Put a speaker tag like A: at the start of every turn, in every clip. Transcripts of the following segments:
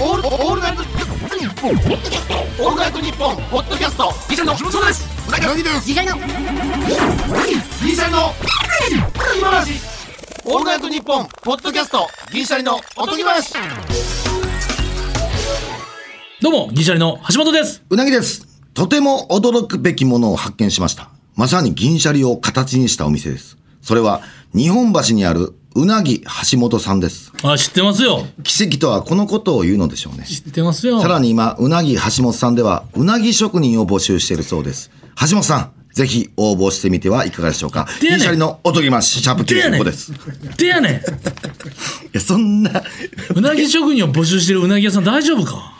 A: オールオールナイトニッポンオールナイトニッポンポッドキャストギシャリの木本そうですうなぎの
B: 次回の
A: ギシャリの今話オールナイトニッポンポッドキャストギシャリのおとぎ話
C: どうも、銀シャリの橋本です。
D: うなぎです。とても驚くべきものを発見しました。まさに銀シャリを形にしたお店です。それは、日本橋にあるうなぎ橋本さんです。
C: あ、知ってますよ。
D: 奇跡とはこのことを言うのでしょうね。
C: 知ってますよ。
D: さらに今、うなぎ橋本さんでは、うなぎ職人を募集しているそうです。橋本さん、ぜひ応募してみてはいかがでしょうか。
C: でやねん
D: 銀シャリのおとぎまし、シャープ
C: でやねん。
D: 95です。い
C: でやねん。
D: や、そんな、
C: うなぎ職人を募集してるうなぎ屋さん大丈 夫か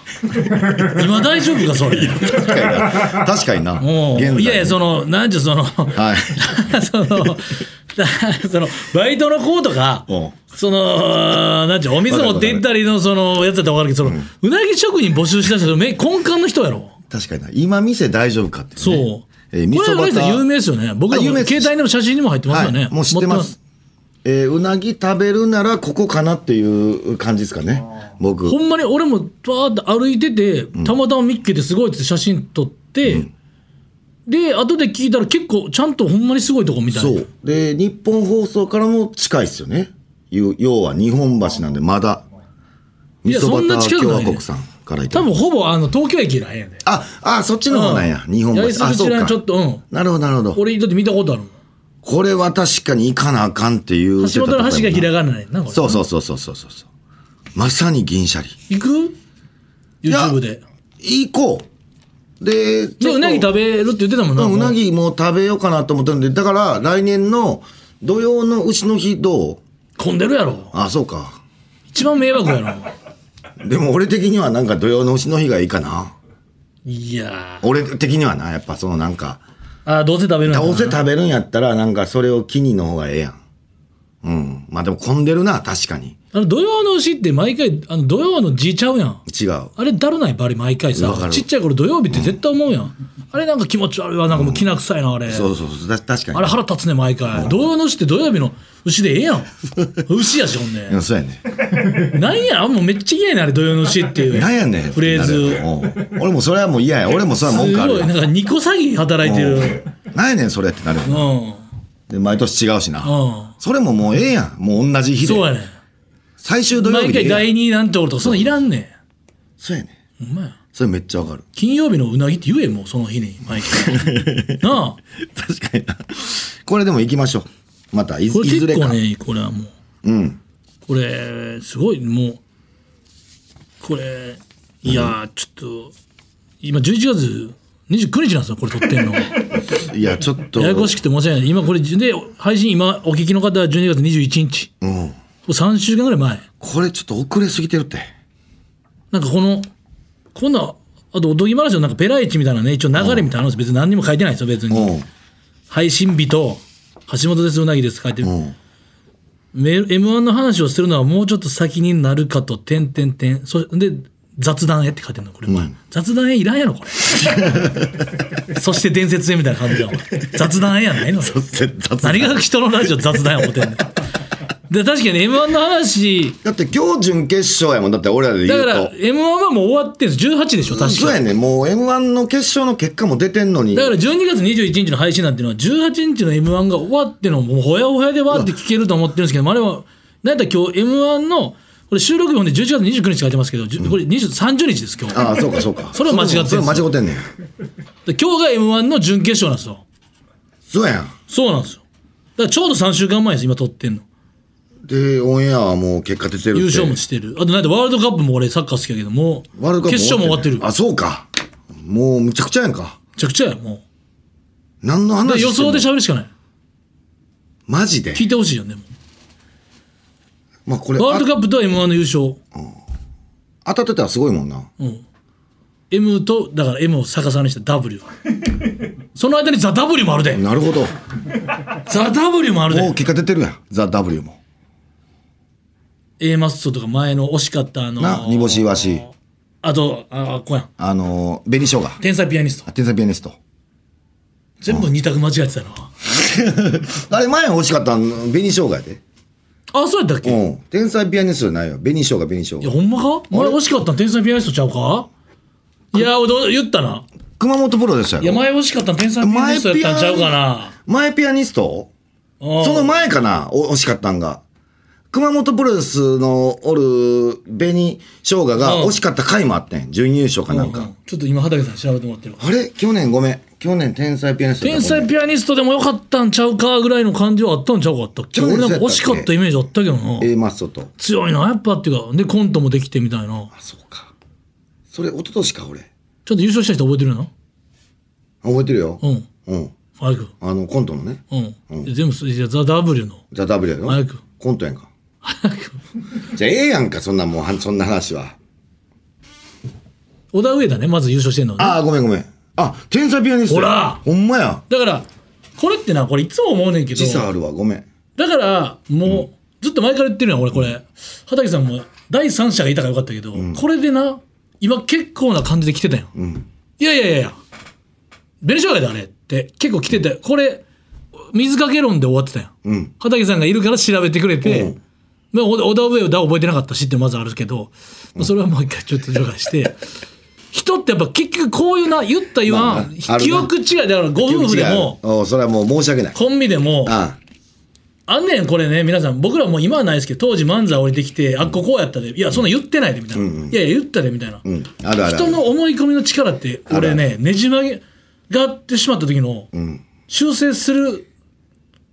C: 今大丈夫か、それ。
D: 確かにな。確かにな。
C: もう、
D: 現在ね
C: いやいや、その、なんちゅう、その、
D: はい。
C: その、だその、バイトの子とか
D: うん、
C: その、なんちゅう、お店持って行ったりの、その、やつだったらわかるけど、その、うなぎ職人募集した人のめ根幹の人やろ。
D: 確かにな。今店大丈夫かって、ね。
C: そう。
D: えー、味
C: これ、
D: 噌バ
C: うなぎ
D: タ
C: さん
D: ー
C: 有名ですよね。僕ら
D: あ有
C: も
D: 名です
C: 携帯にも写真にも入ってますよね。
D: はい、もう知って
C: 持
D: ます。えーうなぎ食べるならここかなっていう感じですかね僕
C: ほんまに俺もバーッと歩いてて、たまたま見っけてすごいっつって写真撮って、で、後で聞いたら結構ちゃんとほんまにすごいとこみたい
D: そ
C: な。
D: うで日本放送からも近いですよねいう要は日本橋なんでまだ
C: い
D: 味
C: や
D: 噌
C: そんな
D: バター
C: 近く
D: 共
C: ない
D: 和国さんからいた
C: 多
D: だい
C: 分
D: て
C: ほぼあの東京駅らへんやね
D: ああそっちの方なんや、
C: うん
D: 日本橋
C: 八重
D: あ
C: 洲
D: そ
C: 口
D: う
C: らへん
D: か
C: ちょっとうん
D: なるほどなるほど
C: 俺にとって見たことあるもん。
D: これは確かに行かなあかんっていう
C: 橋本の橋がひら
D: が
C: がなやねんな、これ。
D: そうそうそうそうそうそうまさに銀シャリ
C: 行く
D: や
C: ?YouTube で。
D: 行こうでちょっと
C: で、うなぎ食べるって言ってたもんな。
D: うんうな
C: も
D: ぎもう食べようかなと思ってるんで、だから来年の土曜の牛の日どう
C: う混んでるやろ。
D: あ、そうか。
C: 一番迷惑やろ。
D: でも俺的にはなんか土曜の牛の日がいいかな。
C: いやー。
D: 俺的にはな、やっぱそのなんか、
C: あー、どうせ食べるんやな
D: どうせ食べるんやったらなんかそれを機にの方がええやん。うん。まあでも混んでるな、確かに。
C: あの土曜の牛って毎回、あの土曜の字ちゃうやん。
D: 違う。
C: あれだるないバリ毎回さ
D: わかる
C: ちっちゃい頃土曜日って絶対思うやん、あれなんか気持ち悪いわなんかもうきな臭いなあれ、
D: そうそうそう、た確かに。
C: あれ腹立つね毎回、土曜の牛って土曜日の牛でええやん牛やしほん
D: う
C: で
D: んそうやね。
C: なんやもうめっちゃ嫌やなあれ土曜の牛ってい う
D: なんやねん。
C: フレーズ
D: ズ。俺もそれはもう嫌や。俺もそれは文
C: す
D: 句あ
C: ご
D: る
C: い
D: よ
C: なんか2個詐欺働いてる
D: うんなんやねん、それってなるよ
C: う
D: なん
C: うん
D: で、毎年違うしな。それももうええやん。もう同じ日で。
C: そうやね
D: 最終土
C: ん
D: 曜
C: 毎
D: 日でええや
C: 回
D: ん
C: 第2なんておるとかそんなんいらんねん
D: そうやね
C: ほんまや
D: それめっちゃわ かる
C: 金曜日のうなぎって言えもうその日に 毎回なあ
D: 確かになこれでも行きましょうまたいず
C: これ
D: いず
C: 結
D: れ
C: 構
D: か、
C: ねこれはもう
D: うん
C: これすごいもうこれいやーちょっと今11月29日なんですよこれ撮って んのや
D: いやちょっと
C: やこしくて申し訳ない今これで配信今お聞きの方は12月21日
D: うん、
C: 3週間ぐらい前
D: これちょっと遅れすぎてるって
C: なんかこのこんなあとおとぎ話のなんかペライチみたいなね一応流れみたいなのあるんです別に何にも書いてないですよ別
D: う
C: に
D: ん
C: 配信日と橋本ですうなぎです書いてる
D: うん
C: メール M1 の話をするのはもうちょっと先になるかと、てんてんてん。そで、雑談へって書いてんの、これ。
D: うん
C: 雑談へいらんやろ、これ。 そして伝説へみたいな感じだわ。雑談へやないの。
D: 雑
C: 何が人のラジオ雑談や思ってんの。で、確かに M1 の話、
D: だって今日準決勝やもんだって俺らで言
C: だ
D: う
C: か
D: と
C: ら M1 はもう終わってんです。18でしょ、確
D: そう
C: か。
D: やねもう m 1の決勝の結果も出てんのに
C: だから12月21日の配信なんていうのは、18日の M1 が終わっての、もうほやほやでわーって聞けると思ってるんですけど、まああれは、なんやったら今日 M1 の、これ収録日ほんで11月29日書いてますけど、じゅこれ20 30日です、今日。
D: ああそうかそうか
C: それは間違ってんす
D: それ間違ってんねん
C: で今日が M1 の準決勝なんですよ。
D: そうやん
C: そうなんですよ。だからちょうど3週間前です、今撮ってんの。
D: でオンエアはもう結果出てるって
C: 優勝もしてる。あとなんでワールドカップも俺サッカー好きやけど、もう、
D: ワールドカップ
C: 決勝も終わってる。
D: あ
C: め
D: そうかもうむちゃくちゃやんか
C: ちゃくちゃや、も
D: 何の
C: う。で
D: 話
C: 予
D: してん
C: 想
D: の
C: で喋るしかない。
D: マジで
C: 聞いてほしいよね、も
D: まあこれ
C: うワールドカップと M1 の優勝。
D: あ当たってたらすごいもんな。
C: M と、だから M を逆さにした W。その間にザ・ W もあるで。
D: なるほど。
C: ザ・ W もある
D: もう
C: で。
D: 結果出てるやん。ザ・ W も。
C: A マッソとか前の惜しかったあの
D: な、煮干しイワシ、
C: あと、あ、あこうやん。
D: あのー、紅生姜、
C: 天才ピアニスト。
D: あ天才ピアニスト。
C: 全部二択間違えてたな。
D: あれ前欲しかったん紅生姜やで。
C: あ、そうやったっけ、い
D: うん。天才ピアニストじゃないよ。紅しょうが紅しょう
C: や、
D: が。
C: ほんまか前惜しかったん天才ピアニストちゃうかいや、どう言ったな。
D: 熊本プロでした
C: いや、
D: よ。
C: 前惜しかったん天才ピアニストやったんちゃうかな。
D: 前ピアニスト
C: うん
D: その前かなお惜しかったんが。熊本プロレスのおる紅しょうがが
C: うん
D: 惜しかった回もあってん。準優勝かなんか。
C: ちょっと今、畑さん調べてもらってるわ
D: あれ去年ごめん。去年天才ピアニストだ
C: 天才ピアニストでもよかったんちゃうかぐらいの感じはあったんちゃうかったっけ
D: 去年
C: 俺
D: そ
C: な
D: うんやっ
C: か
D: たっけ
C: 惜しかったイメージあったけどな。
D: A マッソと。
C: 強いな、やっぱっていうか。で、コントもできてみたいな。
D: あ、そうか。それ、一昨年か、俺。
C: ちょっと優勝した人覚えてるの
D: あ覚えてるよ。
C: うん。
D: うん。
C: マイク。
D: あの、コントのね。
C: うん。全部、いやザ・ W の。
D: ザ・ W やろ
C: 早く
D: コントやんか。じゃあ、ええやんか、そんなもうは、そんな話は。
C: 小田上だね、まず優勝してんのはね。
D: ああ、ごめんごめん。あ、天才ピアニスト。
C: ほら
D: ほんまや。
C: だから、これってな、これいつも思うねんけど
D: 時、差あるわ、ごめん。
C: だから、もう、ずっと前から言ってるやん、俺これ。畑さんも、第三者がいたからよかったけど、これでな、今結構な感じで来てたやん。いやいやいやいや、ベネチュアだあれって、結構来てたよこれ、水かけ論で終わってたやん。
D: うん。
C: 畑さんがいるから調べてくれて、
D: うん
C: まあ、オダオダウェイだ覚えてなかったしってまずあるけど、まあ、それはもう一回ちょっと除外して。 人ってやっぱ結局こういうな言った言わん、
D: まあまああるな
C: 記憶違いだからご夫婦でも
D: おそれはもう申し訳ない。
C: コンビでも
D: あ
C: あんねんこれね皆さん僕らもう今はないですけど当時漫才降りてきて、あここうやったでいやそんなん言ってないでみたいな、いやいや言ったでみたいな、
D: うんあるある
C: 人の思い込みの力って俺ねねじ曲げがってしまった時の修正する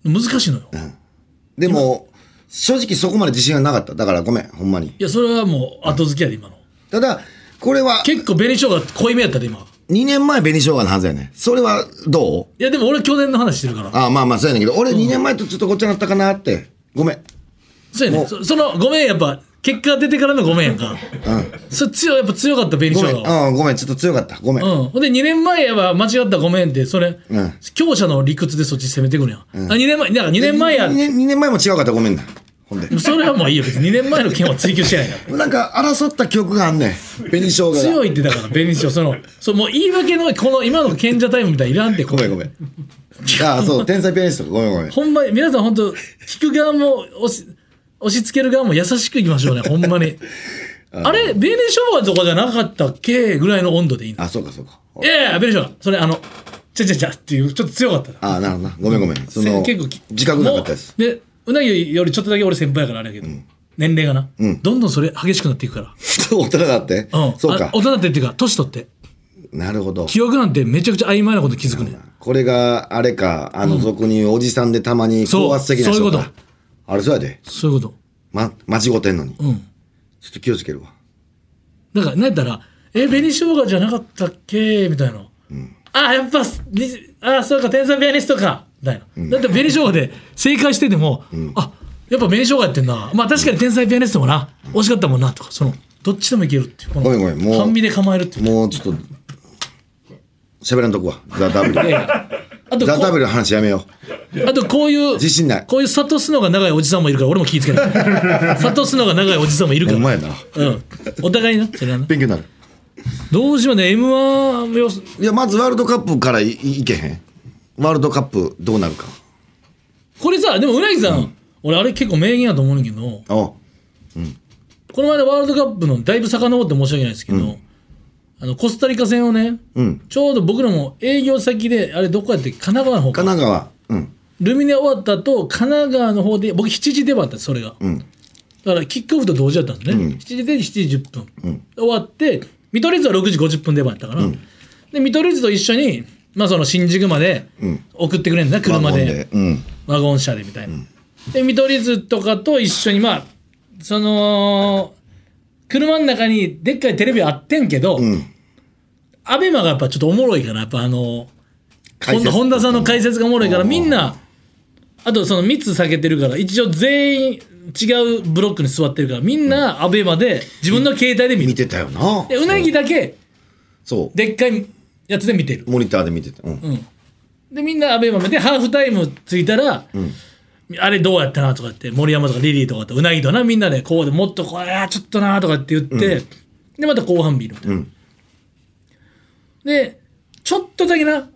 C: の難しいのよ、い
D: でも、正直そこまで自信はなかった。だからごめん、ほんまに。
C: やそれはもう後付けやで今の、
D: ただ、これは、
C: 結構紅生姜濃いめやったで今
D: 2年前紅生姜のはずやね。それはどう
C: いやでも俺去年の話してるから
D: ああ、まあまあ、そうやねんけど、俺2年前とちょっとごっちゃなったかなって。ごめん。
C: そうやねそそのごめんやっぱ結果出てからのごめんやんか
D: う
C: それ強いやっぱ強かった紅
D: ご
C: 生
D: めん。
C: 姜は
D: うん、ごめん。ちょっと強かった。ごめん。
C: うん、ほんで2年前は間違ったごめんってそれ、
D: うん
C: 強者の理屈でそっち攻めてくるやん、あ2年前だから2年前や
D: 2年 ,2 年前も違うかった。ごめんな。ほんで。
C: それはもういいよ別に2年前の件は追求してない から
D: なんか、争った記憶があんねん。紅生姜が。
C: 強いってだから紅生姜そのそうもう言い訳のこの今の賢者タイムみたいにいらんって
D: ごめんごめん。ああ、そう、天才ピアニスト。ごめんごめん。
C: ほんまに皆さん本当聞く側も押し押し付ける側も優しくいきましょうねほん まにあれ紅生姜とかじゃなかったっけぐらいの温度でいいの
D: あ、そうかそうか。
C: いやいや紅生姜それあのちゃちゃちゃっていうちょっと強かったな
D: ああ、なるほどな。ごめんごめん。その、
C: 結構き
D: 自覚なかったです。
C: もうでうなぎよりちょっとだけ俺先輩やからあれやけど、年齢がな、どんどんそれ激しくなっていくから、
D: 大人だって。
C: うん、
D: そうか
C: あ大。人ってっていうか年取って
D: なるほど。
C: 記憶なんてめちゃくちゃ曖昧なこと気づくねん
D: これがあれか、あの俗に言うおじさんでたまに
C: そう
D: 高圧的な
C: そうい
D: 人
C: うこと
D: か。あれそうやで。
C: そういうこ
D: ま、間違ってんのに。ち
C: と
D: ょ
C: うん
D: っと気をつけるわ。
C: だからなんやったら「え紅生姜じゃなかったっけ?」みたいな「あやっぱにあそうか天才ピアニストか」みたいな、だって紅生姜で正解してても「あやっぱ紅生姜やってんなまあ確かに天才ピアニストもな惜しかったもんな」とかそのどっちでもいけるっていうこ
D: ごめんごめんもう
C: 半身で構える っていう
D: もうちょっと、喋らんとこわ。ザ・ダブ
C: いや
D: ル。
C: いやあと
D: ザ・ダブ
C: こ
D: ルの話やめよ
C: あとこういう
D: 自信ない
C: こういう諭すのが長いおじさんもいるから俺も気ぃつけない 諭すのが長いおじさんもいる
D: う。
C: か
D: ほんま
C: ら
D: やな。
C: うんお互いなそれはな
D: 勉強になる。
C: どうしようね m 1予想
D: いや、まずワールドカップからいいいけへん。ワールドカップどうなるか。
C: これさでもうなぎさん、俺あれ結構名言やと思うんだけどこ
D: お
C: の前のワールドカップのだいぶ遡って申し訳ないですけど、あのコスタリカ戦をね、
D: うん
C: ちょうど僕らも営業先であれどこやって神奈川の方か
D: 神奈川。うん。
C: ルミネ終わったと神奈川の方で僕7時出番だったんですそれが、
D: ん
C: だからキックオフと同時だったんですね、7時で7時10分、終わって見取り図は6時50分出番やったから、で見取り図と一緒に、まあ、その新宿まで送ってくれるんだ、車
D: ワゴン
C: で。
D: うん。
C: ワゴン車でみたいな。で見取り図とかと一緒にまあその車の中にでっかいテレビはあってんけど、
D: ん
C: アベマがやっぱちょっとおもろいからやっぱあの
D: 解説
C: 本田さんの解説がおもろいから
D: うん
C: みんなあとその密避けてるから一応全員違うブロックに座ってるからみんなアベマで自分の携帯で見
D: 見
C: る。
D: てたよな。
C: でうなぎだけ
D: そ
C: でっかいやつで見てる
D: う。。モニターで見てた。うん。
C: でみんなアベマでハーフタイムついたら、あれどうやったなとかって森山とかリリーとかってうなぎとなみんなでこうでもっとこうあーちょっとなとかって言って、でまた後半見るみたいな、
D: うん
C: でちょっとだけな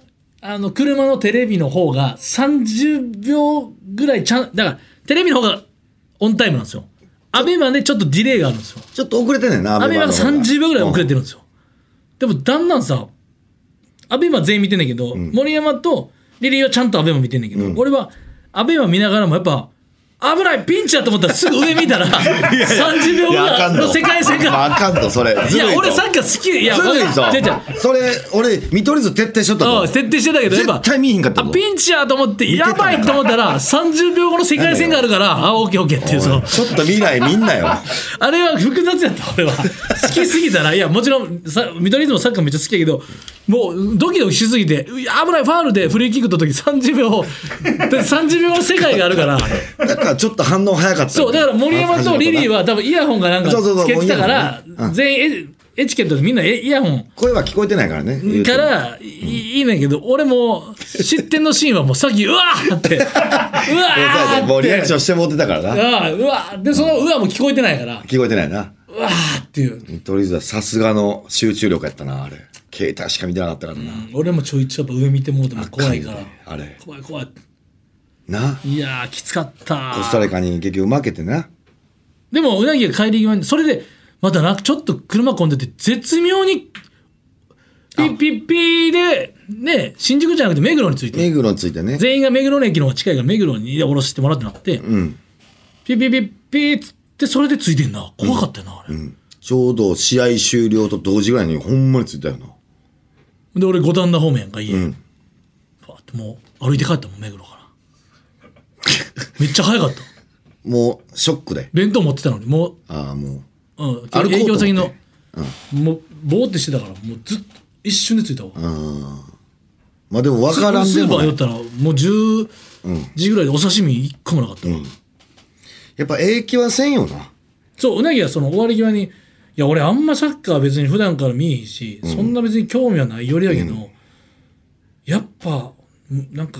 C: あの車のテレビの方が30秒ぐらいちゃんだからテレビの方がオンタイムなんですよ。アベマでちょっとディレイがあるんですよ。
D: ちょっと遅れてんねんな、
C: アベマが
D: の方が
C: 30秒ぐらい遅れて
D: うん
C: るんですよ。でも、だんだんさ、アベマ全員見てんねんけど、森山とリリーはちゃんとアベマ見てんねんけど、俺はアベマ見ながらもやっぱ、危ないピンチやと思ったらすぐ上見 たら30秒
D: い
C: ぐ
D: や、あからん
C: い
D: と
C: の世界線
D: まああ
C: が
D: かんと、それ。
C: い
D: ず
C: や
D: るいぞ。
C: 俺サッカー好きいや
D: ずるいぞ
C: 違う違う。
D: それ、俺、見取り図徹底しとった
C: う
D: と。
C: ん設定してたけどやっぱ
D: 絶対見えへんかったぞ
C: あピンチやと思って
D: てた
C: や
D: のか
C: ばいと思ったら30秒後の世界線があるからあオッケーオッケーっていうその
D: ちょっと未来見んなよ。
C: あれは複雑やった俺は 好きすぎたらいやもちろんさ見取り図もサッカーめっちゃ好きやけどもうドキドキしすぎてうい危ないファールでフリーキック取った時30秒で30秒の世界があるから
D: だからちょっと反応早かった。
C: そうだから森山とリリーは多分イヤホンがなんか
D: そうそうそう
C: つけてたから
D: もうイヤホンねうん
C: 全員エエチケットでみんなえイヤホン
D: 声は聞こえてないからね。言うて
C: か
D: も
C: ら、いいいねんけど、俺も、失点のシーンはもうさっき、うわ ーって、うわーって、
D: もうリアクションしてもうてたからな。
C: ああうわーで、そのうわも聞こえてないから、
D: 聞こえてないな。
C: うわーっていう。
D: 見取り図はさすがの集中力やったな、あれ。携帯しか見てなかったからな。
C: 俺もちょいちょいやっぱ上見てもうても怖いから。
D: あれ。
C: 怖い怖い。
D: な。
C: いやー、きつかった。
D: コスタリカに結局負けてな。
C: でも、うなぎが帰り際に、それで、またな、ちょっと車混んでて、絶妙に、ピッピッピーで、ね、新宿じゃなくて目黒について。
D: 目黒についてね。
C: 全員が目黒の駅の方が近いから目黒に降ろしてもらうってなって、
D: ん
C: ピピピピっつってそれでついてんな怖かったよなあれ、
D: うんちょうど試合終了と同時ぐらいにほんまについたよな。
C: で俺五反田方面やんか家、
D: ん
C: パッともう歩いて帰ったもん目黒からめっちゃ早かった
D: もう、ショックで。
C: 弁当持ってたのにも
D: ああ、も
C: う、う
D: 歩こう
C: ん、
D: と思って
C: 営業先の、もうぼーってしてたからもうずっと一瞬でついたわ
D: う。ああ。まあでも分からん
C: ス
D: で
C: ーパ
D: もな
C: ー
D: い
C: 寄ったらもう10時ぐらいでお刺身一個もなかったわ、
D: やっぱ影響はせんよな。
C: そう、うなぎはその終わり際に、いや、俺あんまサッカーは別に普段から見えへんし、そんな別に興味はないよりやけど、やっぱ、んなんか、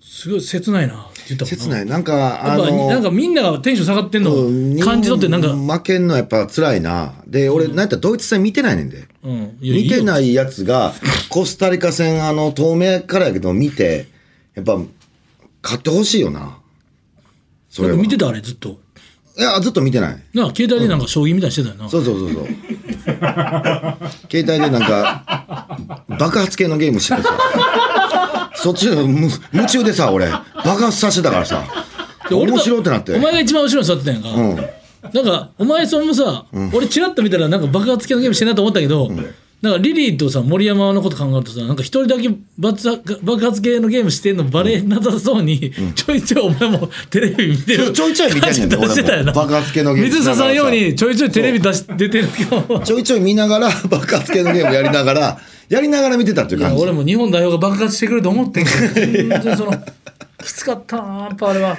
C: すごい切ないなって言ったもん
D: 切ない。なんか、あ
C: やっぱ、
D: の、
C: なんかみんながテンション下がってんの
D: うん
C: を感じ取って、なんか、
D: 日
C: う
D: 本負けんのやっぱ辛いな。で、俺、なんやったらドイツ戦見てないねんで。
C: ん。いや
D: 見て
C: い
D: ないやつが、コスタリカ戦、あの、透明からやけど見て、やっぱ、勝ってほしいよな。そ
C: いよ。
D: れは。
C: なんか見
D: い
C: てたあれ、ずっと。
D: や、ずっと見てない。
C: なあ、携帯でなんか将棋みたいにしてたよな。
D: そうそうそうそう。携帯でなんか、爆発系のゲームしてたさ。そっちのむ夢中でさ、俺、爆発させてたからさ。
C: で俺と
D: 面白いってなって。
C: お前が一番後ろに座ってたやんか。
D: うん。
C: なんか、お前さんもさ、俺チラッと見たらなんか爆発系のゲームしてんなと思ったけど、なんかリリーとさ、森山のこと考えるとさ、なんか一人だけ爆発爆発系のゲームしてんのバレなさそうに、ちょいちょいお前もテレビ見てる。
D: ちょいちょい見てんねん
C: 感じ出してたよ
D: 俺も
C: な。
D: 爆発系のゲーム
C: 水ささんようにちょいちょいテレビ出し出てるけど。
D: ちょいちょい見ながら、爆発系のゲームやりながら、やりながら見てたっていう
C: いや
D: 感じ。
C: 俺も日本代表が爆発してくれると思ってんけど、本当にその、きつかったな、やっぱあれは。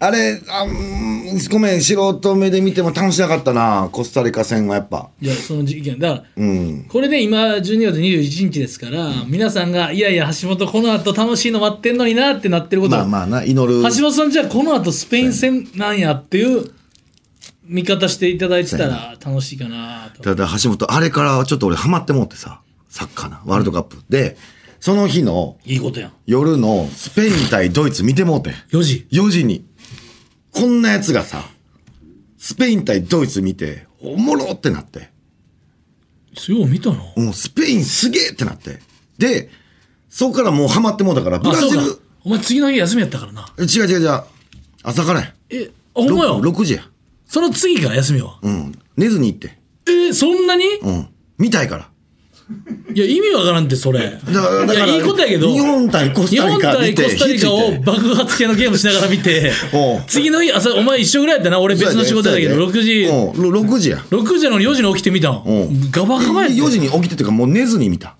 D: あれあ、うんごめん、素人目で見ても楽しなかったな、コスタリカ戦はやっぱ。
C: いや、その事件。だから、
D: うん。
C: これで今12月21日ですから、皆さんが「いやいや橋本この後楽しいの待ってんのにな」ってなってること、
D: まあまあな、祈る。
C: 橋本さんじゃあこの後スペイン戦なんやっていう見方していただいてたら楽しいかなと。
D: ただ、橋本、あれからちょっと俺ハマってもってさ、サッカーな、ワールドカップ。で、その日の
C: いいことやん。
D: 夜のスペイン対ドイツ見てもうて。
C: 4時。
D: 4時に、こんなやつがさ、スペイン対ドイツ見て、おもろってなって。
C: よう見たな。
D: もうスペインすげえってなって。で、そこからもうハマってもうだから、ブ
C: あ、
D: ラ
C: そう
D: ジ
C: だ
D: ル、。
C: お前次の日休みやったからな。
D: え違う違う違う、朝からや。
C: え、あほんまよ。
D: 6時や。
C: その次が休みは。
D: うん。寝ずに行って。
C: え、そんなに
D: うん。見たいから。
C: いや、意味わからんって、それ。
D: だから、だから
C: いや、いいことやけど。
D: 日本対コス
C: 日
D: タリ
C: 本
D: カ見
C: 対
D: て、
C: コスタリ
D: 火
C: カ
D: つい
C: を
D: て
C: 爆発系のゲームしながら見て
D: おう、
C: 次の日朝、お前一緒ぐらいやったな、俺別の仕事だけど、
D: そうや
C: 6
D: で
C: 時、
D: うん、ろ6時や。
C: 6時なのに4時に起きてみたん
D: うん。
C: ガバガバやっ
D: で4
C: て。
D: 時に起きてとか、もう寝ずに見た。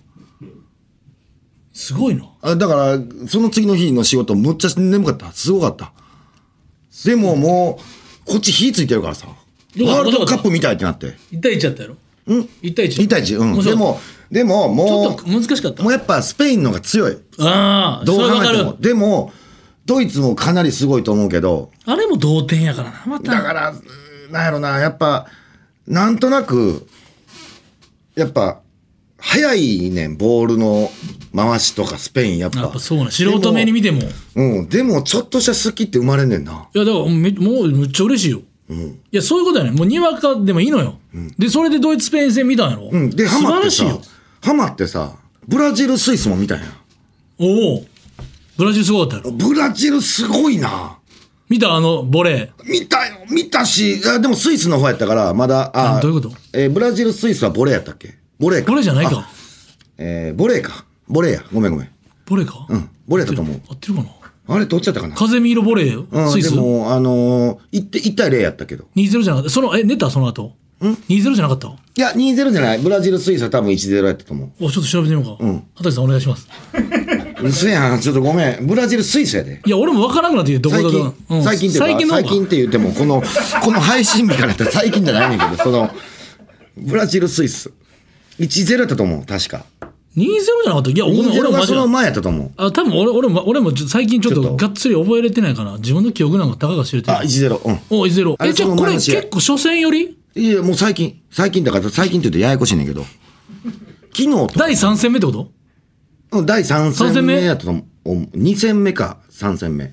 C: すごいな。
D: あだから、その次の日の仕事、むっちゃ眠かった。すごかった。でももう、こっち火ついてるからさ。
C: よかった
D: ワールドカップ見たいってなって。
C: 1対1やったやろ
D: うん。
C: ?1 対1。
D: 2対1。うん。
C: 面
D: で
C: 白い
D: も、でも、
C: ちょ
D: も
C: っと難しかっ
D: う、
C: た
D: も。うやっぱスペインのが強い。
C: ああ、
D: ど
C: そうれ
D: 考
C: わか
D: えても。
C: る。
D: でも、ドイツもかなりすごいと思うけど、
C: あれも同点やからな、ま
D: だ
C: た。
D: から、うんなんやろな、やっぱ、なんとなく、やっぱ、早いねんボールの回しとかスペインやっぱ
C: やっぱそうなん素人目に見てもい
D: でもうんでもちょっとした好きって生まれんねんな
C: やだからめもうめっちゃ嬉しいよ、いやそういうことやねもうにわかでもいいのよ、でそれでドイツスペイン戦見たんやろ、
D: うんでハ
C: 素
D: マっ
C: 晴
D: て
C: らし
D: さ
C: いよ
D: ハマってさブラジルスイスも見たんや
C: おおブラジルすごかったやろ
D: ブラジルすごいな
C: 見たあのボレ
D: 見たよ見たしあでもスイスの方やったからまだあ
C: あどういうこと
D: えーブラジルスイスはボレーやったっけボレー
C: ー
D: か
C: ボレーじゃない
D: あ
C: か
D: えーボレーかボレーやごめんごめん
C: ボレーか
D: うんボレーだと思う
C: 合ってるかな
D: あれどっちやったかな
C: 風見色ボレーよ、
D: うん
C: スイス
D: でもあのー、1, 1対0やったけど
C: 2-0じゃなかったそのえ寝たその後2-0じゃなかったお
D: いや2-0じゃないブラジルスイスは多分1-0やったと思
C: ちょっと調べてみようか、
D: うん
C: 畑さんお願いします
D: ううせやんちょっとごめんブラジルスイスやで
C: いや俺も分からんくなってきてどこ
D: 最
C: ど
D: 近
C: こ、うん、
D: 最近って
C: 最
D: いう
C: 近
D: か
C: の方
D: 最
C: が
D: 近って言ってもこのこの配信日からやったら最近じゃないねんけどそのブラジルスイス1-0やったと思う確か
C: 2-0じゃなかったいやごめん俺
D: 2-0
C: も
D: が
C: マジ
D: そ
C: で
D: の前やったと思う
C: あ多分俺俺も俺もちょ最近ちょっ
D: ちょ
C: と
D: っと
C: がっつり覚えれてないから自分の記憶なんかたかが知れてる
D: あ、1-0。うん。
C: おいゼロ
D: あ
C: え
D: れ
C: じゃ
D: そ
C: あ
D: の
C: これ
D: 前の試合
C: 結構初戦より
D: いや、もう最近。最近だから、最近って言うとややこしいねんけど。昨日と、
C: 第3戦目ってこと
D: うん第3
C: 三
D: 戦
C: 戦
D: 目
C: 目
D: やったと思う。2戦目か、3戦目。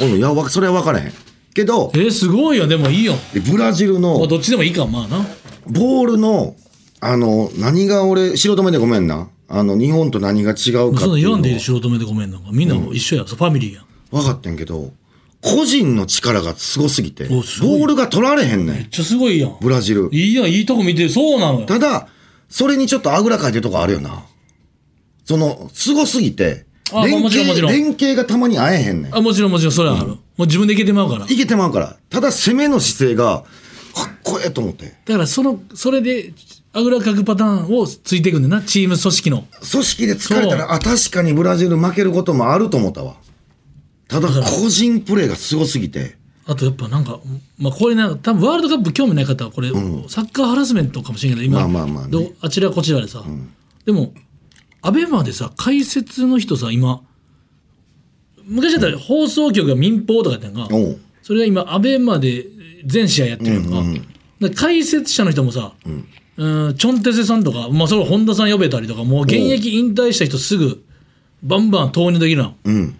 D: うん、いや、わそれは分からへん。けど
C: え、ーすごいよでもいいよ
D: でブラジル
C: まあ
D: の、
C: どっちでもいいかまあな
D: ボールの、あの、何が俺、素人目でごめんな。あの、日本と何が違うかって
C: そんない言
D: う
C: わんでいい
D: の
C: で素人目でごめんなんかみんなも一緒や、ファミリーや
D: 分かってんけど、個人の力がすごすぎて、ボ
C: おすごい
D: ールが取られへんねん
C: めっ。ちゃすごいやん
D: ブラジル。
C: いいやんいいとこ見てるそうなのよ
D: ただ、それにちょっとあぐらかいてるとこあるよな。その、すごすぎて、
C: あまあもちろんもちろん
D: 連携がたまに会えへんねん。
C: あもちろんもちろんそれはある、もう自分でいけてまうから
D: いけてまうから。ただ、攻めの姿勢が、かっこええと思って。
C: だからそのそれであぐらかくパターンをついていくんだよなチーム組織の
D: 組織で疲れた
C: そ
D: ら、あ、確かにブラジル負けることもあると思ったわ。ただ、個人プレーがすごすぎて、
C: あとやっぱなんか、まあ、これな多分ワールドカップ興味ない方はこれ、サッカーハラスメントかもしれないけど今、
D: まあまあまあね
C: どあちらこちらでさ、でもアベマでさ解説の人さ今昔だったら放送局が民放とかやったんか、
D: おう
C: それが今アベマで全試合やってるやんか,、で解説者の人もさ、うん、チョンテセさんとか、まあ、それ本田さん呼べたりとかもう現役引退した人すぐバンバン投入できるの。
D: うん。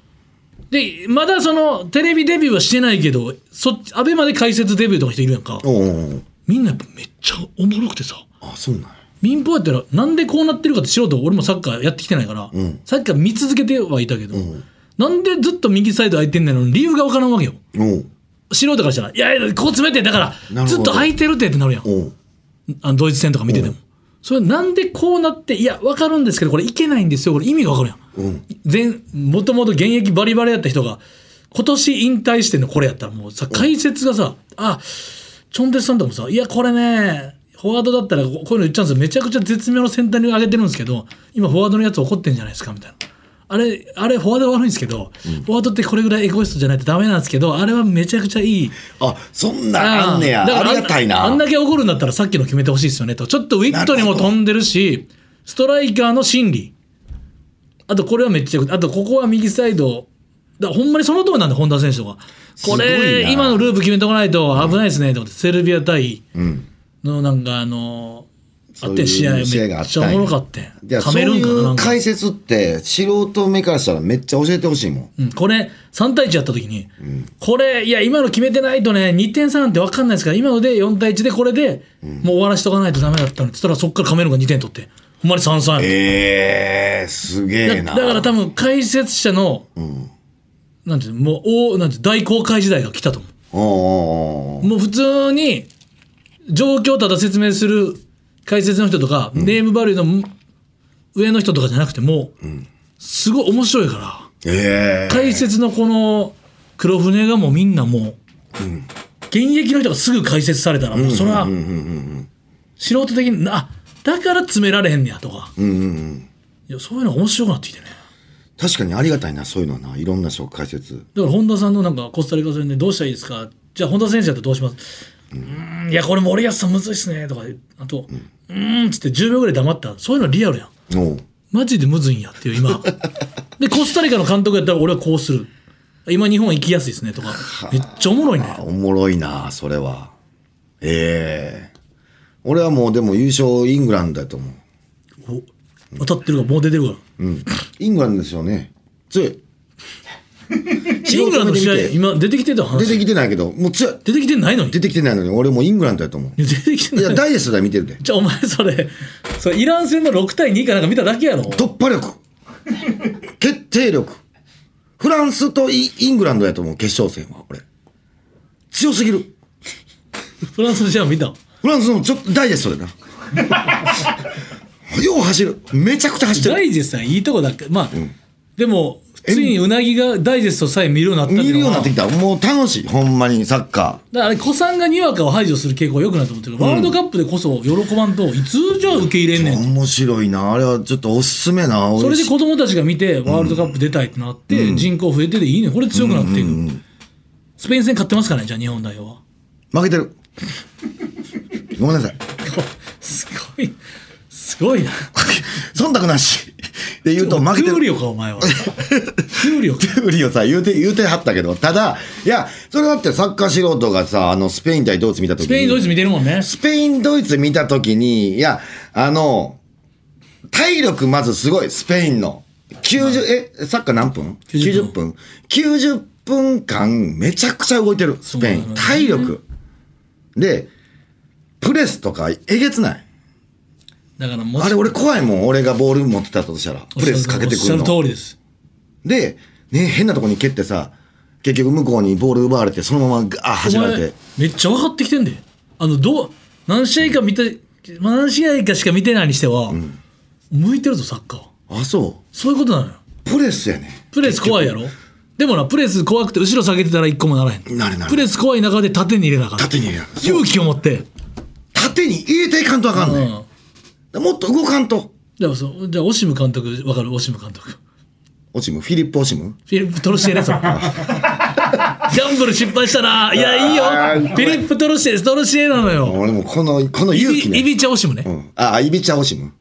C: で、まだその、テレビデビューはしてないけど、そっち、アベマで解説デビューとか人いるやんか。
D: おうおうおう
C: みんなやっぱめっちゃおもろくてさ、
D: あ、そうなんや
C: 民放やったら、なんでこうなってるかって素人、俺もサッカーやってきてないから、サッカー見続けてはいたけど、なんでずっと右サイド空いてんねんの理由がわからんわけよ。
D: おう
C: 素人からしたら、いやいや、こう詰めて、だか
D: な
C: ら、
D: るほど
C: ずっと空いてるってってなるやん。
D: おう
C: あのドイツ戦とか見てても。それなんでこうなって、いや、わかるんですけど、これいけないんですよ。これ意味がわかるやん。
D: うん。
C: 全もともと現役バリバリやった人が今年引退してんのこれやったらもうさ解説がさあチョンテスさんとかもさ「いやこれねフォワードだったらここういうの言っちゃうんですよめちゃくちゃ絶妙の先端に上げてるんですけど今フォワードのやつ怒ってんじゃないですか」みたいな。あれ、あれ、フォワードが悪いんですけど、フォワードってこれぐらいエゴイストじゃないとダメなんですけど、あれはめちゃくちゃいい。
D: あ、そんなんあんねや。
C: だか
D: あ
C: ら
D: りがたいな。
C: あんあんだけ怒るんだったらさっきの決めてほしいですよねと。ちょっとウィットにも飛んでるし、ストライカーの心理。あとこれはめっちゃよくあとここは右サイド。だからほんまにその通りなんで、本田選手とか。こ
D: すごいな
C: れ、今のループ決めておかないと危ないですね、と思って、セルビア対のなんかあの
D: そういう
C: あってん試合めっ
D: 試合があった
C: ちゃ
D: ん
C: お
D: や
C: もろかって
D: いや
C: カメルーンか
D: そう
C: なない
D: うん
C: か
D: 解説って素人目からしたらめっちゃ教えてほしいもん。
C: うん、これ3対1やった時に、これいや今の決めてないとね2点差なんて分かんないですから今ので4対1でこれでもう終わらしとかないとダメだったのにつったらそっからカメルーンが2点取ってほんまに3三
D: ええー、すげえ
C: だ
D: な。
C: だから多分解説者の、なんていうのもうおなんていうの大航海時代が来たと思
D: おうおうおう
C: うもう普通に状況をただ説明する解説の人とか、ネームバリューの上の人とかじゃなくてもう、すごい面白いから。
D: ええ
C: 解説のこの黒船がもうみんなもう、現役の人がすぐ解説されたらもうそれは素人的になあだから詰められへんねやとか、いやそういうのが面白くなってきてね
D: 確かにありがたいな、そういうのはな。いろんな紹介解説。
C: だから本田さんのなんかコスタリカ戦でどうしたらいいですかじゃあ本田選手だとどうしますうーんいやこれ森保さんむずいっすねとかあとうーんっつって10秒ぐらい黙ったそういうのリアルやん
D: おう
C: マジでむずいんやってい う今でコスタリカの監督やったら俺はこうする今日本行きやすいですねとかめっちゃおもろいね
D: おもろいな、それは。ええ俺はもうでも優勝イングランドだと思う。
C: お当たってるから、もう出てるから。
D: イングランドですよね。強い。
C: イングランドの試合、今出てきてた
D: 出
C: 話。
D: てきてないけど、もう強い。
C: 出てきてないのに。
D: 出てきてないのに、俺もうイングランドやと思う。
C: 出てきて
D: い
C: な
D: や、
C: い。
D: ダイエストで見てるで。
C: じゃあお前それ、それイラン戦の6対2かなんか見ただけやろ。
D: 突破 力。決定力。フランスとイイングランドやと思う、決勝戦は、これ。強すぎる。
C: フランスの試合も見た。
D: フランスのちょっとダイエストでな。 よう走る。めちゃくちゃ走って
C: ダ
D: る。
C: イジェストはいいとこだっけまあ、でも、ついにうなぎがダイジェストさえ見るようになったって
D: 見
C: いう
D: るよう
C: の
D: に
C: は
D: なってきた。もう楽しい。ほんまに、サッカ
C: だからあれ、子さんがにわかを排除する傾向が良くなったと思ってるからワールドカップでこそ喜ばんと、いつじゃあ受け入れんね
D: ー。
C: ん。
D: 面白いな。あれはちょっとおすすめな。
C: それで
D: 俺
C: 子供たちが見て、ワールドカップ出たいってなって、人口増えてでいいねんこれ強くなっていく。スペイン戦勝ってますからね、じゃあ日本代表は。
D: 負けてる。 ごめんなさい。
C: すごい、すごいな。
D: 忖度なし。で言うと負けて
C: 給
D: る。
C: 料か、お前 は。給料か。
D: 無理をさ、言うて、言うてはったけど、ただ、いや、それだってサッカー素人がさ、あの、スペイン対ドイツ見たときに、
C: スペイン、ドイツ見てるもんね。
D: スペイン、ドイツ見たときに、いや、あの、体力まずすごい、スペインの。90、え、サッカー何分 ?90
C: 90
D: 分。90分間、めちゃくちゃ動いてる、スペイ
C: そう
D: ン。
C: だね
D: 体力。で、プレスとか、えげつない。
C: だからもう
D: あれ、俺怖いもん、俺がボール持ってたとしたら。プレスかけてくる
C: おっ
D: の
C: しゃ。る通りです。
D: で、ね、変なとこに蹴ってさ、結局向こうにボール奪われて、そのままガー走
C: お
D: られ
C: 前
D: て。、
C: めっちゃ分かってきてんで。あの、どう、何試合か見て、何試合かしか見てないにしては、向いてるぞ、サッカー。
D: あ、そ
C: そういうことなのよ。
D: う。プレスやね。
C: プレス怖いやろでもな、プレス怖くて後ろ下げてたら一個もならへん。
D: なるなる
C: プレス怖い中で縦に入れなあかった。
D: 縦に入れなあかんそう
C: 勇気を持って。
D: 縦に入れていかんとあかん
C: う
D: ね、
C: ん。
D: ん。もっと動かんと。
C: でもそう、じゃあ、オシム監督、わかるオシム監督。フ
D: オチム、フィリップ・オチム
C: ィリップ・トロシ エです。ギャンブル失敗したな。いや、いいよ。フィリップ・トロシエです。トロシエなのよ。
D: 俺もこの、この
C: イ
D: 勇気
C: ビ
D: ね。
C: イビチャ・オシムね
D: う。ん、あ、イビチャ・オチム。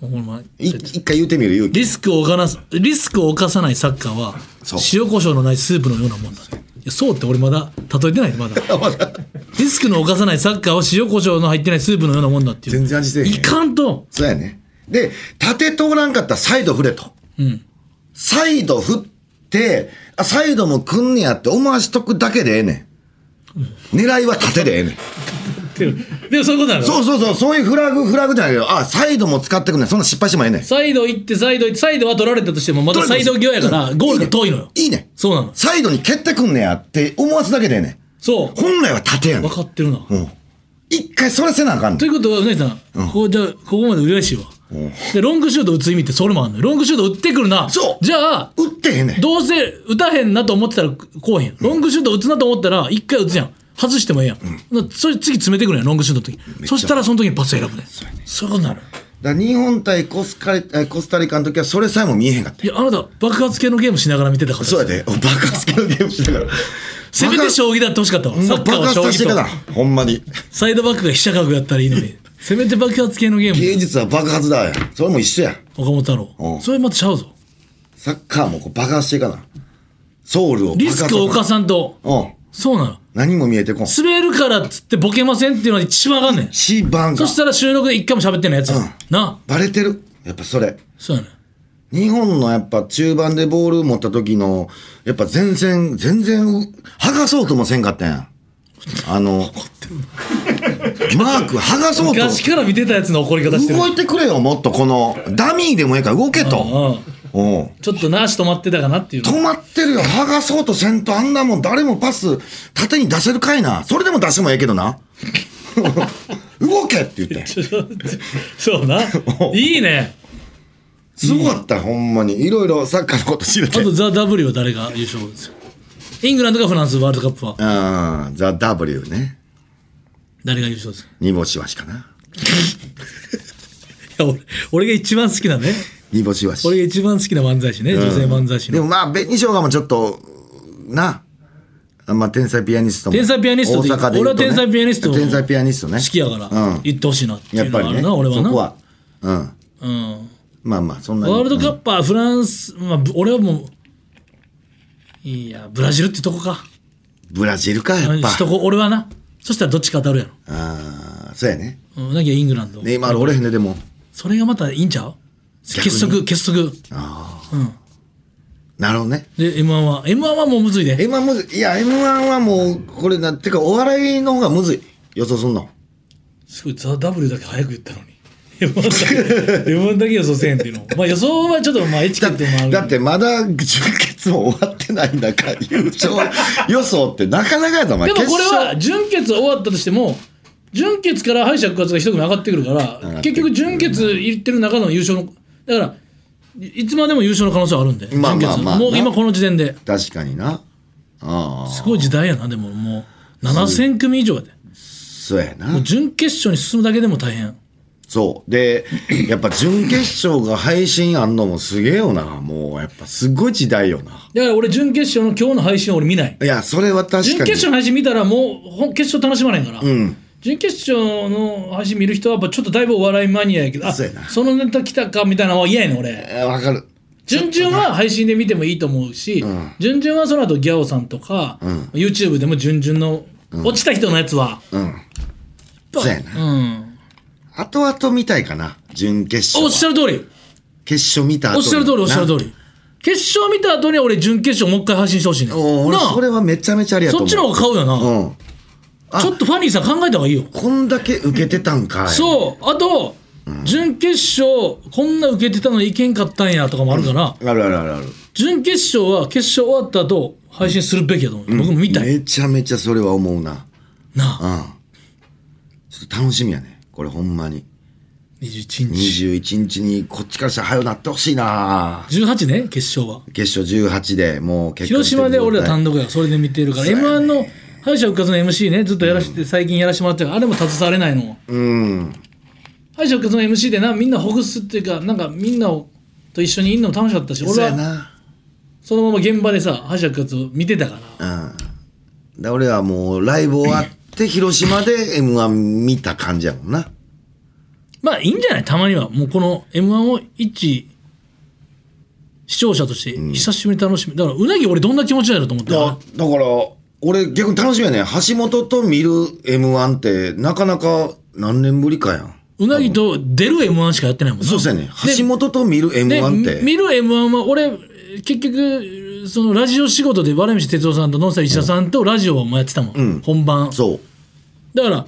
C: ほんま
D: い一回言うてみる勇気。
C: リスクを犯なすリスクを犯さないサッカーは
D: そう
C: 塩コショウのないスープのようなもんだいやそうって俺まだ例えてないまだ リスクの犯さないサッカーは塩コショウの入ってないスープのようなもんだっていう
D: 全然味せえへん
C: いかんと
D: そうやね。で、縦通らんかったらサイド振れと。
C: ん
D: サイド振って、あ、サイドも来んねやって思わしとくだけでええねん。狙いは縦でええねん。
C: でもでもそういうことなの
D: そうそうそう、そういうフラグ、フラグじゃないけど、あ、サイドも使ってくんねん。そんな失敗してもええねん。
C: サイド行ってサイド行ってサイドは取られたとしてもまだサイド際やから
D: うん
C: ゴールが遠いのよ
D: いいねん。
C: そうなの
D: サイドに蹴ってくんねやって思わすだけでええねん。
C: そう
D: 本来は縦やねん
C: 分。かってるな
D: うん。一回それせなあかん
C: と
D: ね
C: いうことは、うなぎさん、ここじゃあここまで嬉しいわ、でロングシュート打つ意味ってそれもあんのよロングシュート打ってくるな
D: そう
C: じゃあ
D: ん。打ってへんねん。
C: どうせ打たへんなと思ってたらこうへん。ロングシュート打つなと思ったら、一回打つやん。外してもええやん。なそれ次詰めてくるやん、ロングシュートの時。そしたらその時にパス選ぶねん。そういうことになる。
D: だから日本対コスカリえコスタリカの時はそれさえも見えへんかった
C: い。や、あなた爆発系のゲームしながら見てたから。
D: そうやで。お爆発系のゲームしてたから。
C: せめて将棋だってほしかったわ。サッ
D: 爆
C: カーは
D: 発
C: 将
D: させて
C: 棋
D: から
C: と。。
D: ほんまに。
C: サイドバックが飛車角やったらいいのに。せめて爆発系のゲー
D: 芸
C: ム。
D: 術は爆発だよ。それも一緒や。
C: 岡本太
D: う
C: 郎。
D: ん
C: それまたちゃうぞ。
D: サッカーもこう爆発していかな。ソウルを爆
C: リ
D: 発
C: スクを
D: さ
C: 犯さんと。
D: うん。
C: そうなの。
D: 何も見えてこん。
C: 滑るからっつってボケませんっていうのは一番あかんねん。
D: 一番が
C: そし。たら収録で一回も喋ってないやつや
D: うん
C: な。
D: バレてる。やっぱそれ。
C: そうやねん。
D: 日本のやっぱ中盤でボール持った時の、やっぱ全然、全然う、剥がそうともせんかったんやん。あの、マーク剥がそうと。
C: 昔から見てたやつの怒り方してる。
D: 動いてくれよ、もっとこの、ダミーでもええから動けと。
C: うん
D: おう
C: ちょっとな足止まってたかなっていうの
D: 止まってるよ、剥がそうとせんと、あんなもん誰もパス、縦に出せるかいな。それでも出してもええけどな。 動けって言って。
C: そうな。いいね。
D: すごかった、ほんまに。いろいろサッカーのこと知れ
C: あ
D: て。
C: と、ザ・ W は誰が優勝ですかイングランドかフランス、ワールドカップは
D: ああ、ザ・ W ね。
C: 誰が優勝ですか
D: 煮干しわしかな。
C: いや俺、俺が一番好きなね。
D: 煮干しわし。
C: 俺が一番好きな漫才師ね。女性漫才師
D: でも
C: の。
D: まあ、紅生姜もちょっと、な、あんま天才ピアニストも。
C: 天才ピアニストでいい
D: 大阪で言うとね
C: 俺は天才ピアニスト
D: 天才ピアニストね。
C: 好きやから
D: うん、。
C: 言ってほしいなってい
D: やっ
C: うの
D: ぱ
C: はあ
D: り
C: る
D: ね。
C: な、俺は
D: そ
C: な。
D: こは。うん。
C: うん
D: まあまあ、そんなに。
C: ワールドカップはフランス、まあ、ぶ俺はもう、いや、ブラジルってとこか。
D: ブラジルか、やっぱ。
C: しとこ、俺はな。そしたらどっちか当たるやろ
D: ああ、そうやね。。
C: うんなきゃイングランド。
D: ネイマールおれへんね、でも。
C: それがまたいいんちゃう結束、結束。
D: なるほどね。
C: で、M1 は。M1 はもうむずいで。
D: M1 むずい。いや、M1 はもう、これな、てか、お笑いの方がむずい。予想すんの。
C: すごい、ザ・ W だけ早く言ったのに。M1 だけ M1 だけ予想せんっていうの。まあ予想はちょっと、まあ、エチケ
D: だ
C: ットもある
D: だってまだ準決も終わってないんだから、 優勝予想ってなかなかやぞ、お前。
C: でもこれ
D: 決
C: は
D: 勝
C: 準決終わったとしても準決から敗者復活が一組上がってくるから
D: がってくる
C: 結局準決行ってる中の優勝のだからいいつまでも優勝の可能性はあるんで、
D: まあまあまあ
C: 準決もう今この時点で
D: 確かにな。ああ、
C: すごい時代やなでももう7000組以上やで
D: そうやな。
C: 準決勝に進むだけでも大変
D: そう。で、やっぱ準決勝が配信あんのもすげえよな。もう、やっぱすごい時代よな。
C: だから俺準決勝の今日の配信は俺見ない
D: いや、それは確かに。
C: 準決勝の配信見たらもうほん決勝楽しまないから、準決勝の配信見る人はやっぱちょっとだいぶお笑いマニアやけどあ
D: そうやな
C: そのネタ来たかみたいなのは嫌やねん俺
D: えーわかる。
C: 順々は配信で見てもいいと思うし、順々はその後ギャオさんとか、YouTube でも順々の、落ちた人のやつは、
D: うん。そうやな。
C: うん、
D: 後々見たいかな。準決勝は。
C: おっしゃる通り
D: 決勝見た後
C: おっしゃる通りおっしゃる通
D: り。
C: り決勝見た後に俺準決勝もう一回配信してほしいね
D: なお俺、
C: なあ
D: それはめちゃめちゃありやと
C: そ
D: 思
C: っ
D: う。
C: ちの方が買うよな、
D: うん。あ
C: ちょっとファニーさん考えた方がいいよ
D: こんだけ受けてたんかい。う。
C: そうあと、準決勝こんな受けてたのにいけんかったんやとかもあるから、
D: あるあるあるある。
C: 準決勝は決勝終わった後配信するべきやと思う、僕も見たい、
D: めちゃめちゃそれは思うな。
C: なあ
D: うん。ちょっと楽しみやね。これほんまに。
C: 21日
D: 21日にこっちからしたら早うなってほしいな
C: 18ね決勝は
D: 決勝18でもう結果
C: 広島で俺ら単
D: 独。
C: 独やそれで見てるから m 1の敗者復活の MC ねずっとやらして、最近やらしてもらってるからあれも携われないの
D: うん。
C: 敗者復活の MC でなみんなほぐすっていうかなんかみんなをと一緒にいるのも楽しかったし
D: そう
C: 俺
D: や
C: は
D: な。
C: そのまま現場でさ敗者復活を見てたから
D: うん。で、俺はもうライブ終わって広島で M1 見た感じやもんな。
C: まあいいんじゃないたまにはもうこの m 1を一視聴者として久しぶりに楽しみ、だからうなぎ俺どんな気持ちだろうと思って
D: だだから、俺逆に楽しみやね。橋本と見る M1 ってなかなか何年ぶりかやん。
C: うなぎと出る m 1しかやってないもんな
D: そうっすやね。橋本と見る
C: で、
D: M1 って。
C: 見る M1 は、俺、結局、そのラジオ仕事で、我飯哲夫さんと、ノンスタイル石田さんとラジオもやってたもん、
D: うん
C: 本番。
D: そう。
C: だから、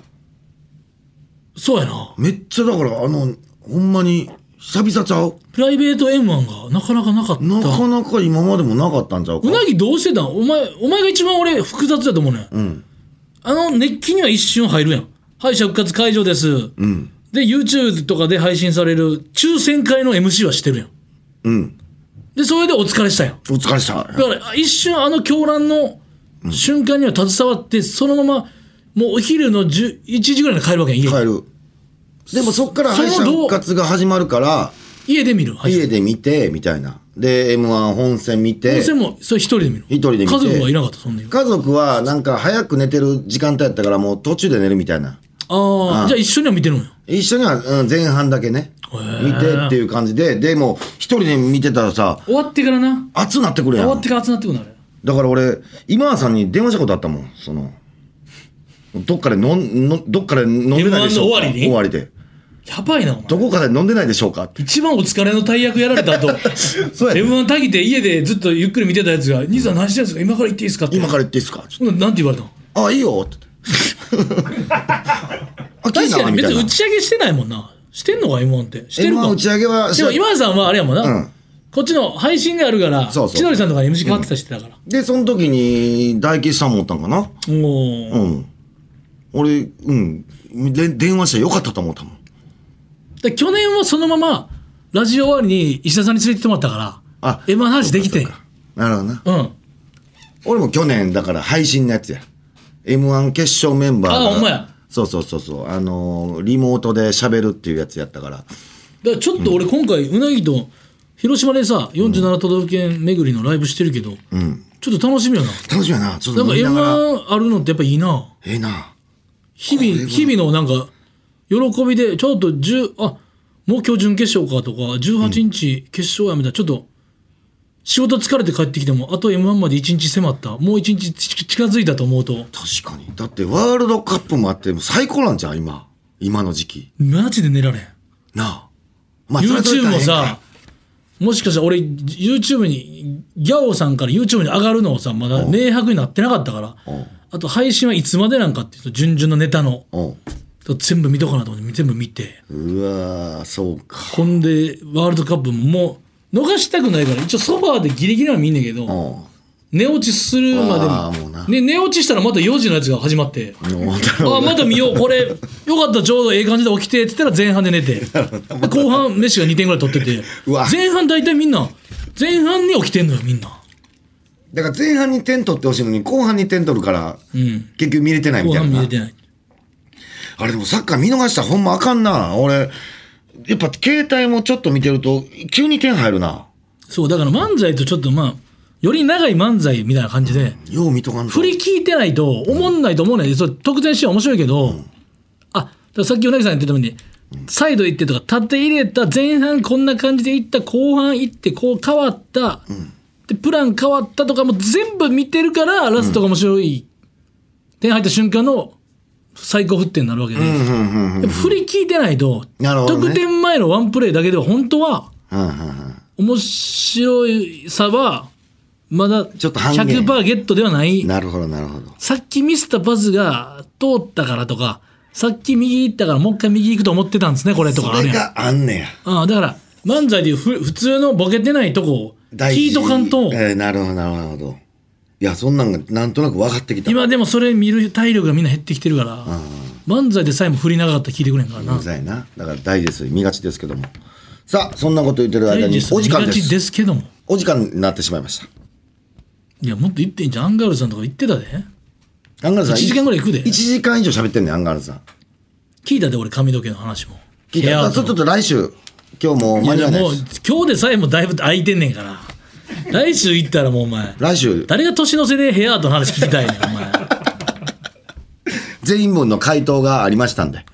C: そうやな。
D: めっちゃだから、あの、ほんまに、久々ちゃう
C: プライベート M1 がなかなかなかった。
D: なかなか今までもなかったんちゃうか
C: う。なぎどうしてたんお前、お前が一番俺、複雑だと思うね、
D: うん。
C: あの熱気には一瞬入るやん。敗者復活会場です。
D: うん。
C: で、YouTube とかで配信される抽選会の MC はしてるやん。
D: うん。
C: で、それでお疲れしたやん。
D: お疲れした。
C: だから一瞬あの狂乱の瞬間には携わって、そのままもうお昼の10 1時ぐらいに帰るわけやん家,、
D: 帰る。でもそっから
C: その
D: 敗者復活が始まるから、
C: 家で見る配信
D: 家で見て、みたいな。で、M1 本戦見て。
C: 温泉もそれ一人で見る
D: 一人で見て
C: 家族はいなかったそんなにあ
D: 家族はなんか早く寝てる時間帯やったからもう途中で寝るみたいな。
C: あ
D: あ
C: じゃあ一緒には見てるのよ
D: 一緒には、うん、前半だけね。
C: ー
D: 見てっていう感じで、でも一人で見てたらさ、
C: 終わってからな
D: 熱なってくるやん。
C: 終わってから集まってくるのあれ
D: だから俺、今田さんに電話したことあったもん、その、どっかで飲ん、のどっかで飲んでないでしょうか
C: M1 の終わりに
D: 終わりで。
C: やばいなお前
D: どこかで飲んでないでしょうか
C: 一番お疲れの大役やられた後
D: そうやね
C: m 1たぎて家でずっとゆっくり見てたやつが「兄さん何してんですか今から行っていいですか?」って
D: 今から言っていいですかちょっ
C: ほんならなんて言われたの
D: とあ、いい よって。あ、聞いたわみたいな
C: 確かに別に打。ち上げしてないもんなしてんのか m 1ってしてる
D: M1
C: か
D: 打ち上げはし
C: でも今田さんはあれやもんな、
D: うん
C: こっちの配信であるから
D: そうそう
C: 千鳥さんとかに MC 変わってたりしてたから、
D: で、その時に大吉さんもおったんかな
C: もう
D: うん。俺、うん。で電話してよかったと思ったもん。
C: で去年はそのままラジオ終わりに石田さんに連れてってもらったから
D: あ
C: m 1話できてん
D: なるほどな。
C: うん
D: 俺も去年、だから配信のやつや。M1 決勝メンバーが
C: あほんまや。
D: そうそうそうそう。あのーリモートで喋るっていうやつやったから。
C: だからちょっと俺今回うなぎと広島でさ47都道府県巡りのライブしてるけど、ちょっと楽しみやな
D: 楽しみやな。ちょっ
C: な
D: と
C: んか
D: 飲み
C: m
D: ながら。
C: 1あるのってやっぱいいな
D: ええな。
C: 日々日々のなんか喜びでちょっと10あもう今日準決勝かとか18日決勝やみたいな、ちょっと仕事疲れて帰ってきてもあと m 1まで1日迫ったもう1日ち近づいたと思うと
D: 確かに。だってワールドカップもあって、もう最高なんじゃん、今。今の時期。
C: マジで寝られん
D: なあ。ま
C: YouTube もさもしかしたら俺 YouTube にギャオさんから YouTube に上がるのをさまだ明白になってなかったから
D: うん
C: あと配信はいつまでなんかっていうと順々のネタの
D: うん
C: 全部見とかなと思って全部見て
D: うわーそうか
C: ほんでワールドカップももう逃したくないから一応ソファーでギリギリは見んねん
D: う
C: け
D: ん
C: ど
D: も
C: 寝落ちするま
D: あ
C: で
D: ーもうな
C: にで寝落ちしたらまた4時のやつが始まって
D: うまた
C: あまた見ようこれよかったちょうどええ感じで起きてって言ったら前半で 寝てで後半メッシが2点ぐらい取ってて
D: うわ
C: 前半大体みんな前半に起きてんのよみんな
D: だから前半に点取ってほしいのに後半に点取るから、
C: うん
D: 結局見れてないみたい
C: 後半見
D: な
C: れてない
D: あれでもサッカー見逃したらほんまあかんな俺やっぱ携帯もちょっと見てると急に点入るな
C: そうだから漫才とちょっとまあより長い漫才みたいな感じで
D: よう見とかんと
C: 振り聞いてないと思んないと思うねんそう特典シーンは面白いけど、あだからさっきうなぎさんが言ってたようにサイド行ってとか縦入れた前半こんな感じで行った後半行ってこう変わった、でプラン変わったとかも全部見てるからラストが面白い、点入った瞬間の最高沸点になるわけで、
D: うんうんうんうん
C: やっぱ振り聞いてないと、
D: なるほどね
C: 得点前のワンプレーだけでは本当は
D: うんうんうん
C: 面白いさはまだ
D: ちょっと半減
C: 100%ゲットではない
D: なるほどなるほど
C: さっきミスったパスが通ったからとか、さっき右行ったからもう一回右行くと思ってたんですね、これと
D: そ
C: かある
D: れ
C: やん。
D: があんねや
C: ああだから、漫才でいうふ普通のボケてないとこを聞いとかんと、
D: えーなるほどなるほどいやそんなんがなんとなく分かってきた
C: 今でもそれ見る体力がみんな減ってきてるから、漫才でさえも振り長かったら聞いてくれんからな
D: う。ざいなだから大事ですよ見がちですけどもさあそんなこと言ってる間
C: 大
D: に
C: 事
D: お時間で
C: 見がち
D: す
C: ですけども。
D: お時間になってしまいました
C: いや、もっと言ってんじゃん。アンガールズさんとか言ってたで。
D: アンガールズさん
C: 1時間ぐらい行くで
D: 1時間以上喋ってんねんアンガールズさん
C: 聞いたで、俺髪の毛の話も。
D: 聞い
C: ヘア
D: た
C: ー
D: ちょ
C: と
D: っと来週今日もう間
C: い
D: に合
C: や
D: わない
C: もう
D: です
C: 今日でさえもだいぶ空いてんねんから。来週行ったらもうお前。
D: 来週
C: 誰が年の瀬でヘアアートの話聞きたいねん、お前。
D: 全員分の回答がありましたんで、はい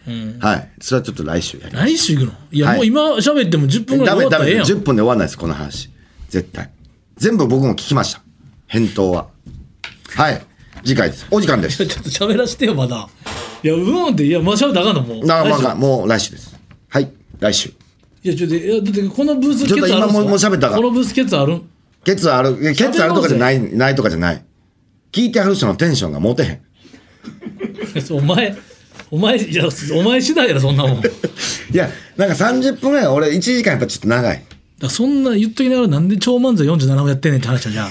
D: それはちょっと来週やり
C: 来週行くのいや、
D: はい
C: もう今喋っても10分ぐら
D: ダメ
C: いで終わった
D: ダ
C: らえ
D: メ
C: えやん。
D: 10分で終わんないですこの話絶対全部僕も聞きました返答ははい次回ですお時間です
C: ちょっと喋らせてよ、まだ。いや、うんって、いや、まあ、喋ったらあかんの、もう。
D: なあま
C: 来週
D: あもう来週ですはい来週
C: いや、ちょっと、いや、だってこのブース
D: ちょっ
C: ケ
D: と
C: ツあるんすか
D: 今もうもう喋ったが
C: このブースケツあるん
D: ケツあるいやケツあるとかじゃないないとかじゃない聞いてはる人のテンションが持てへん
C: いやそうお前、お前、いや、お前次第やろ、そんなもん。だか
D: いやなんか30分ぐらい俺1時間やっぱちょっと長い
C: らそんな言っときながら、なんで超漫才47分やってんねんって話だ、じゃあ。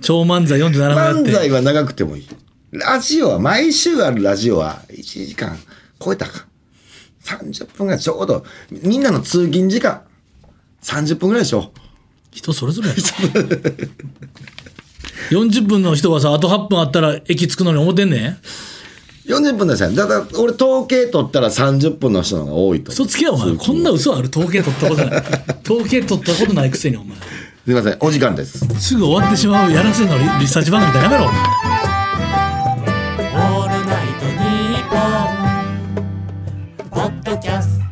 C: 超漫才47分やって。
D: 漫才は長くてもいいラジオは毎週あるラジオは1時間超えたか30分がちょうどみんなの通勤時間30分ぐらいでしょ
C: 人それぞれやろ40分の人がさ、あと8分あったら駅着くのに思ってんねん。
D: 40分だしだから俺統計取ったら30分の人の方が多いと思
C: 嘘
D: う
C: つけよお前こんな嘘ある統計取ったことない統計取ったことないくせにお前
D: すいませんお時間です
C: すぐ終わってしまうやらせのリリサーチ番組だやめろお前
B: オールナイトニッポン」ポッドキャスト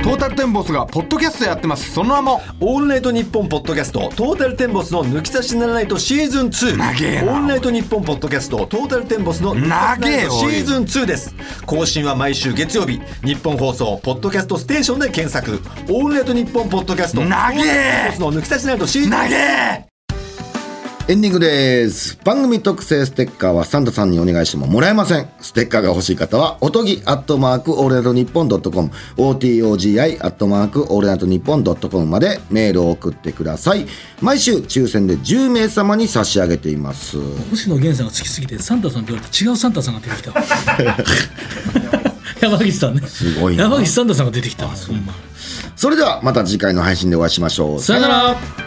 E: トータルテンボスがポッドキャストやってますその名も
F: オールナイトニッポンポッドキャストトータルテンボスの抜き差しならないとシーズン2
E: 長えな
F: オールナイトニッポンポッドキャストトータルテンボスの抜き差しならないとシーズン2です更新は毎週月曜日日本放送ポッドキャストステーションで検索オールナイトニッポンポッドキャスト
E: 長え
F: トータルテンボスの抜き差しならないとシーズン
E: 投げ
D: エンディングです。番組特製ステッカーはサンタさんにお願いしてももらえません。ステッカーが欲しい方は、おとぎアットマークオールナイトニッポンドットコム、OTOGI アットマークオールナイトニッポンドットコムまでメールを送ってください。毎週抽選で10名様に差し上げています。
C: 星野源さんが好きすぎてサンタさんって言われて違うサンタさんが出てきた山岸さんねす
D: ごいな
C: 山岸サンタさんが出てきたほんま
D: それではまた次回の配信でお会いしましょう。
C: さよなら